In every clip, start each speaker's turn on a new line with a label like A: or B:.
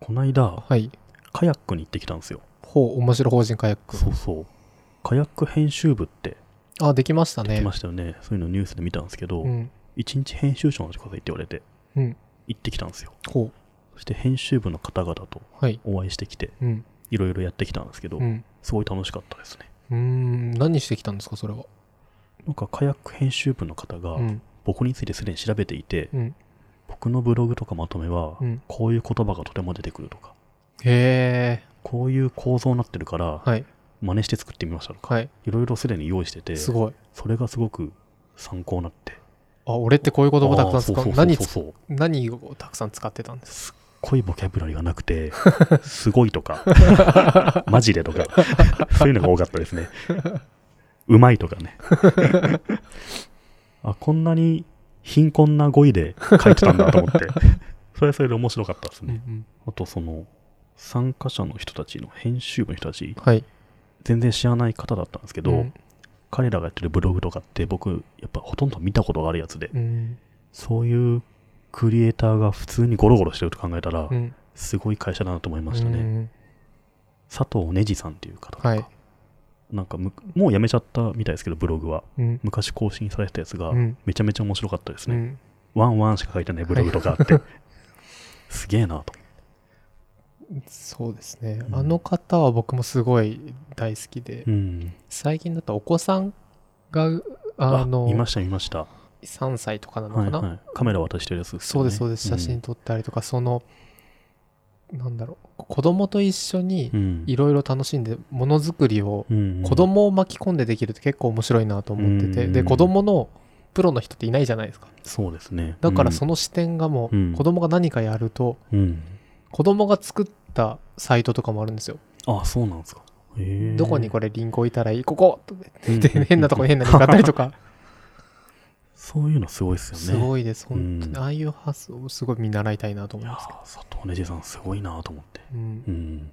A: この間
B: はい。
A: カヤックに行ってきたんですよ
B: ほう、面白法人カヤック。
A: そうそうカヤック編集部って
B: あ、できました
A: 来
B: ね
A: ま。したよねそういうのニュースで見たんですけど、
B: うん。
A: 一日編集長の人くださいって言われて
B: うん。
A: 行ってきたんですよ
B: ほ
A: そして編集部の方々と
B: う。はい。
A: お会いしてきて
B: うん。
A: いろいろやってきたんですけど、
B: うん。
A: すごい楽しかったですね
B: うーん。何してきたんですか、それは。
A: なんかカヤック編集部の方が
B: うん。
A: 僕についてすでに調べていて、
B: うん。
A: 僕のブログとかまとめは
B: うん。
A: こういう言葉がとても出てくるとか
B: へえ。
A: こういう構造になってるから
B: はい。
A: 真似して作ってみましたとか
B: はい。
A: いろいろすでに用意してて
B: すごい。
A: それがすごく参考になって
B: あ、俺ってこういう言葉たくさん使
A: あーそうそ
B: う。
A: う
B: 何
A: そう
B: つ、
A: そう
B: 何をたくさん使ってたんです
A: すっごいボキャブラリーがなく てすごいとか マジでとかそういうのが多かったですねうまいとか ねあこんなに貧困な語彙で書いてたんだと思ってそれはそれで面白かったです
B: うんう
A: ね、
B: ん。
A: あとその参加者の人たちの編集部の人たち
B: はい。
A: 全然知らない方だったんですけど、
B: うん
A: 彼らがやってるブログとかって僕やっぱほとんど見たことがあるやつで
B: うん。
A: そういうクリエイターが普通にゴロゴロしてると考えたら、
B: うん。
A: すごい会社だなと思いましたね。
B: うん
A: 佐藤ねじさんっていう方とか、
B: はい。
A: なんかむもうやめちゃったみたいですけど、ブログは。
B: うん。
A: 昔更新されてたやつが、
B: うん
A: めちゃめちゃ面白かったです
B: う
A: ね。
B: ん。
A: ワンワンしか書いてないブログとかあって、 すげえなと。
B: そうですね
A: う。ん
B: あの方は僕もすごい大好きで
A: う、ん。
B: 最近だったらお子さんが、あの、
A: 見ました、見ました。
B: 3歳とかなの
A: は
B: か
A: い
B: な、
A: はい、カメラ渡してるやつ、ね、
B: そうですそうです写真撮ったりとか、そのなんだろう子供と一緒に
A: うん。うん
B: いろいろ楽しんでものづくりを
A: うん
B: 子供を巻き込んでできるって結構面白いなと思ってて、
A: うん
B: で子供のプロの人っていないじゃないですか
A: そうですね。
B: だからそ
A: の、
B: の視点がも
A: うん
B: う子供が何かやると
A: うん。
B: 子供が作ったサイトとかもあるんですよ
A: あ、そうなんですか。へえ
B: どこにこれリンク置いたらいいここって
A: うん
B: 言 って変なとこに変なリンクあったりとか
A: そういうのすごいですよね。
B: すごいです本当
A: うん
B: にああいう発想をすごい見習いたいなと
A: い
B: 思い
A: や
B: ますけど、
A: ー佐藤ねじさんすごいなと思って、
B: うん
A: うん、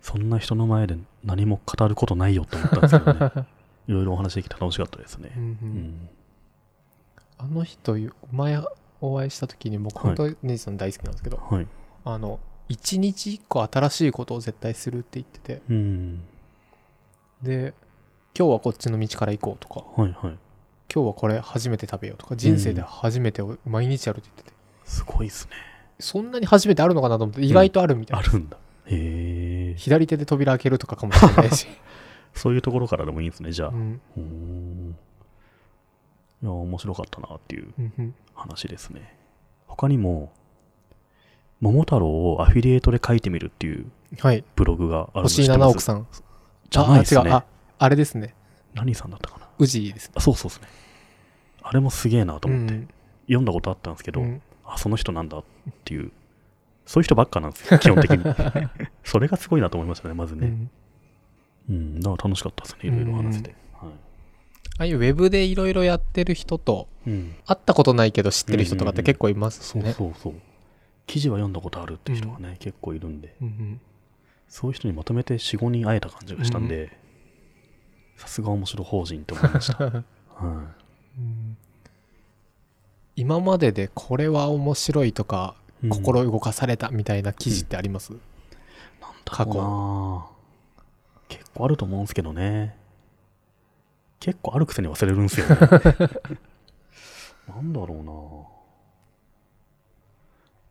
A: そんな人の前で何も語ることないよと思ったんですけどね いろいろお話できて楽しかったですね
B: う、んう
A: うんん、
B: あの人よ前お会いした時に僕
A: はい
B: 本当にネジさん大好きなんですけど、
A: はい、
B: あの一日一個新しいことを絶対するって言ってて
A: うん、
B: で今日はこっちの道から行こうとか
A: はいはい
B: 今日はこれ初めて食べようとか人生で初めてを毎日やるって言ってて、
A: すごいですね
B: そんなに初めてあるのかなと思って意外とあるみたい
A: あ
B: な、
A: るんだへえ
B: 左手で扉開けるとかかもしれないし、
A: そういうところからでもいいんですねじゃあ
B: うん
A: うんいや面白かったなっていう
B: うんうん
A: 話ですね他にも「桃太郎」をアフィリエイトで書いてみるっていう
B: はい
A: ブログがあるの知
B: 星
A: って
B: 井
A: ます
B: 七億さん
A: じゃないです
B: あ
A: ね
B: 違うああれですね
A: 何さんだったかな
B: 宇治ですね
A: あそうそうですね。あれもすげえなと思って、
B: うん
A: 読んだことあったんですけど、
B: うん
A: あ、その人なんだっていう、そういう人ばっかなん ですよ、基本的に。それがすごいなと思いましたね、まず
B: う
A: ね。
B: ん
A: うん、だから楽しかったですね、いろいろ話せて。はい
B: ああいうウェブでいろいろやってる人と
A: うん、
B: 会ったことないけど知ってる人とかって結構いますし
A: そう
B: ね。
A: そうそう。記事は読んだことあるって人がね、結構いるんで、
B: うんうん
A: そういう人にまとめて4、5人会えた感じがしたんで、さすが面白法人って思いま した。はい、
B: うん今まででこれは面白いとか
A: うん
B: 心動かされたみたいな記事ってあります、
A: なんだろうな結構あると思うんですけどね結構あるくせに忘れるんです よねなんだろう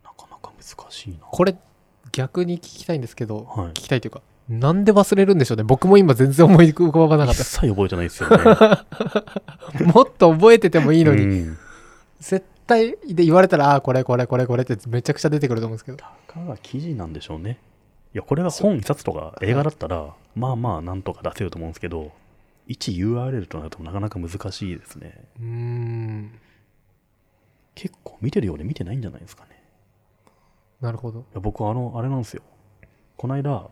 A: ななかなか難しいな
B: これ逆に聞きたいんですけど、
A: はい
B: 聞きたいというかなんで忘れるんでしょうね僕も今全然思い浮かばなか っ
A: 一切覚えてないですよね
B: たもっと覚えてて もいいのに、
A: うん
B: 絶対で言われたらああこれこれこれこれってめちゃくちゃ出てくると思うんですけど
A: たかが記事なんでしょうねいやこれが本一冊とか映画だったらまあまあなんとか出せると思うんですけど一 URL となるとなかなか難しいですね
B: うーん
A: 結構見てるようで見てないんじゃないですかね
B: なるほど
A: いや僕あのあれなんですよこないだ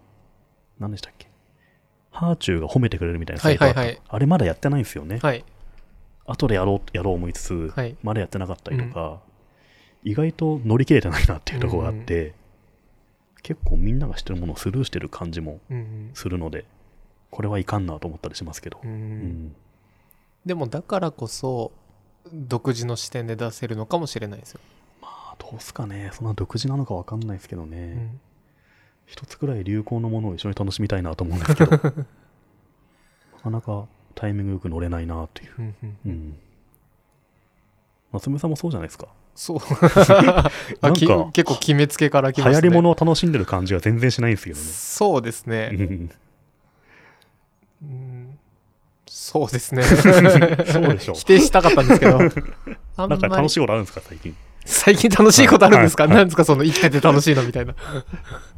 A: 何でしたっけハーチューが褒めてくれるみたいなサイトあった
B: はいはいはい
A: あれまだやってないんですよね、
B: はい
A: 後でやろうやろう思いつつ、
B: はい
A: まだやってなかったりとか、意外と乗り切れてないなっていうところがあって、結構みんなが知ってるものをスルーしてる感じも
B: うん
A: するのでこれはいかんなと思ったりしますけど
B: うん、う
A: うんん
B: でもだからこそ独自の視点で出せるのかもしれないですよ、
A: まあどうすかねそんな独自なのかわかんないですけどね、
B: うん
A: 一つくらい流行のものを一緒に楽しみたいなと思うんですけど、 なかなかタイミングよく乗れないなという。
B: うんうん
A: うん。夏目さんもそうじゃないですか。
B: そう
A: な
B: あ
A: ん
B: き
A: か
B: 結構決めつけからき
A: 流
B: まし
A: 行
B: た
A: り
B: ね
A: 物を楽しんでる感じが全然しないんですけどね。
B: そうですね、
A: うん
B: うん、そうです ね
A: そうでしょう
B: 否定したかったんで すけどあん
A: なんか
B: まり
A: 楽しいことあるんですか、最近。
B: 最近楽しいことあるんですか、
A: はいはい
B: なんですかその生きてて楽しいのみ たいな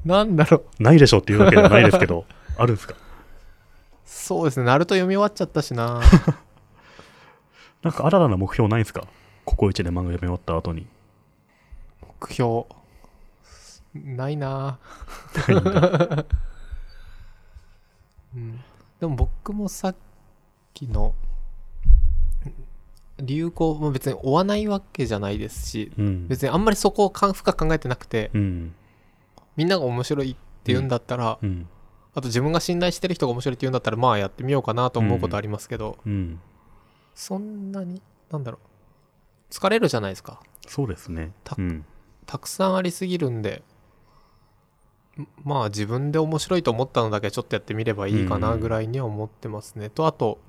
B: なんだろう
A: ないでしょっていうわけではないですけ ど、あるんですか。
B: そうですねナルト読み終わっちゃったしな
A: なんか新たな目標ないんですかここ一年漫画読み終わった後に。
B: 目標ないな
A: ないんだ
B: うんでも僕もさっきの流行も別に追わないわけじゃないですし
A: うん。
B: 別にあんまりそこをかん深く考えてなくて
A: うん。
B: みんなが面白いって言うんだったら、
A: うん。
B: あと自分が信頼してる人が面白いって言うんだったらまあやってみようかなと思うことありますけど、
A: うん。
B: そんなになんだろう疲れるじゃないですか
A: そうですね。
B: た
A: うん。
B: たくさんありすぎるんでんまあ自分で面白いと思ったのだけちょっとやってみればいいかな
A: うん
B: ぐらいには思ってますね、とあと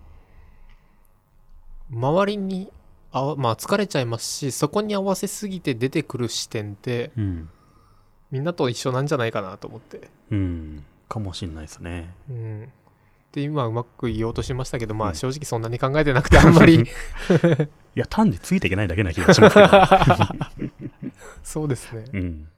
B: 周りにあわまあ疲れちゃいますしそこに合わせすぎて出てくる視点って
A: うん。
B: みんなと一緒なんじゃないかなと思って
A: うん。かもしんないですね。
B: うんで今うまく言おうとしましたけどま
A: う
B: あ
A: ん
B: 正直そんなに考えてなくてあん まり
A: いや、単についていけないだけな気がしますけど。
B: そうですね
A: うん。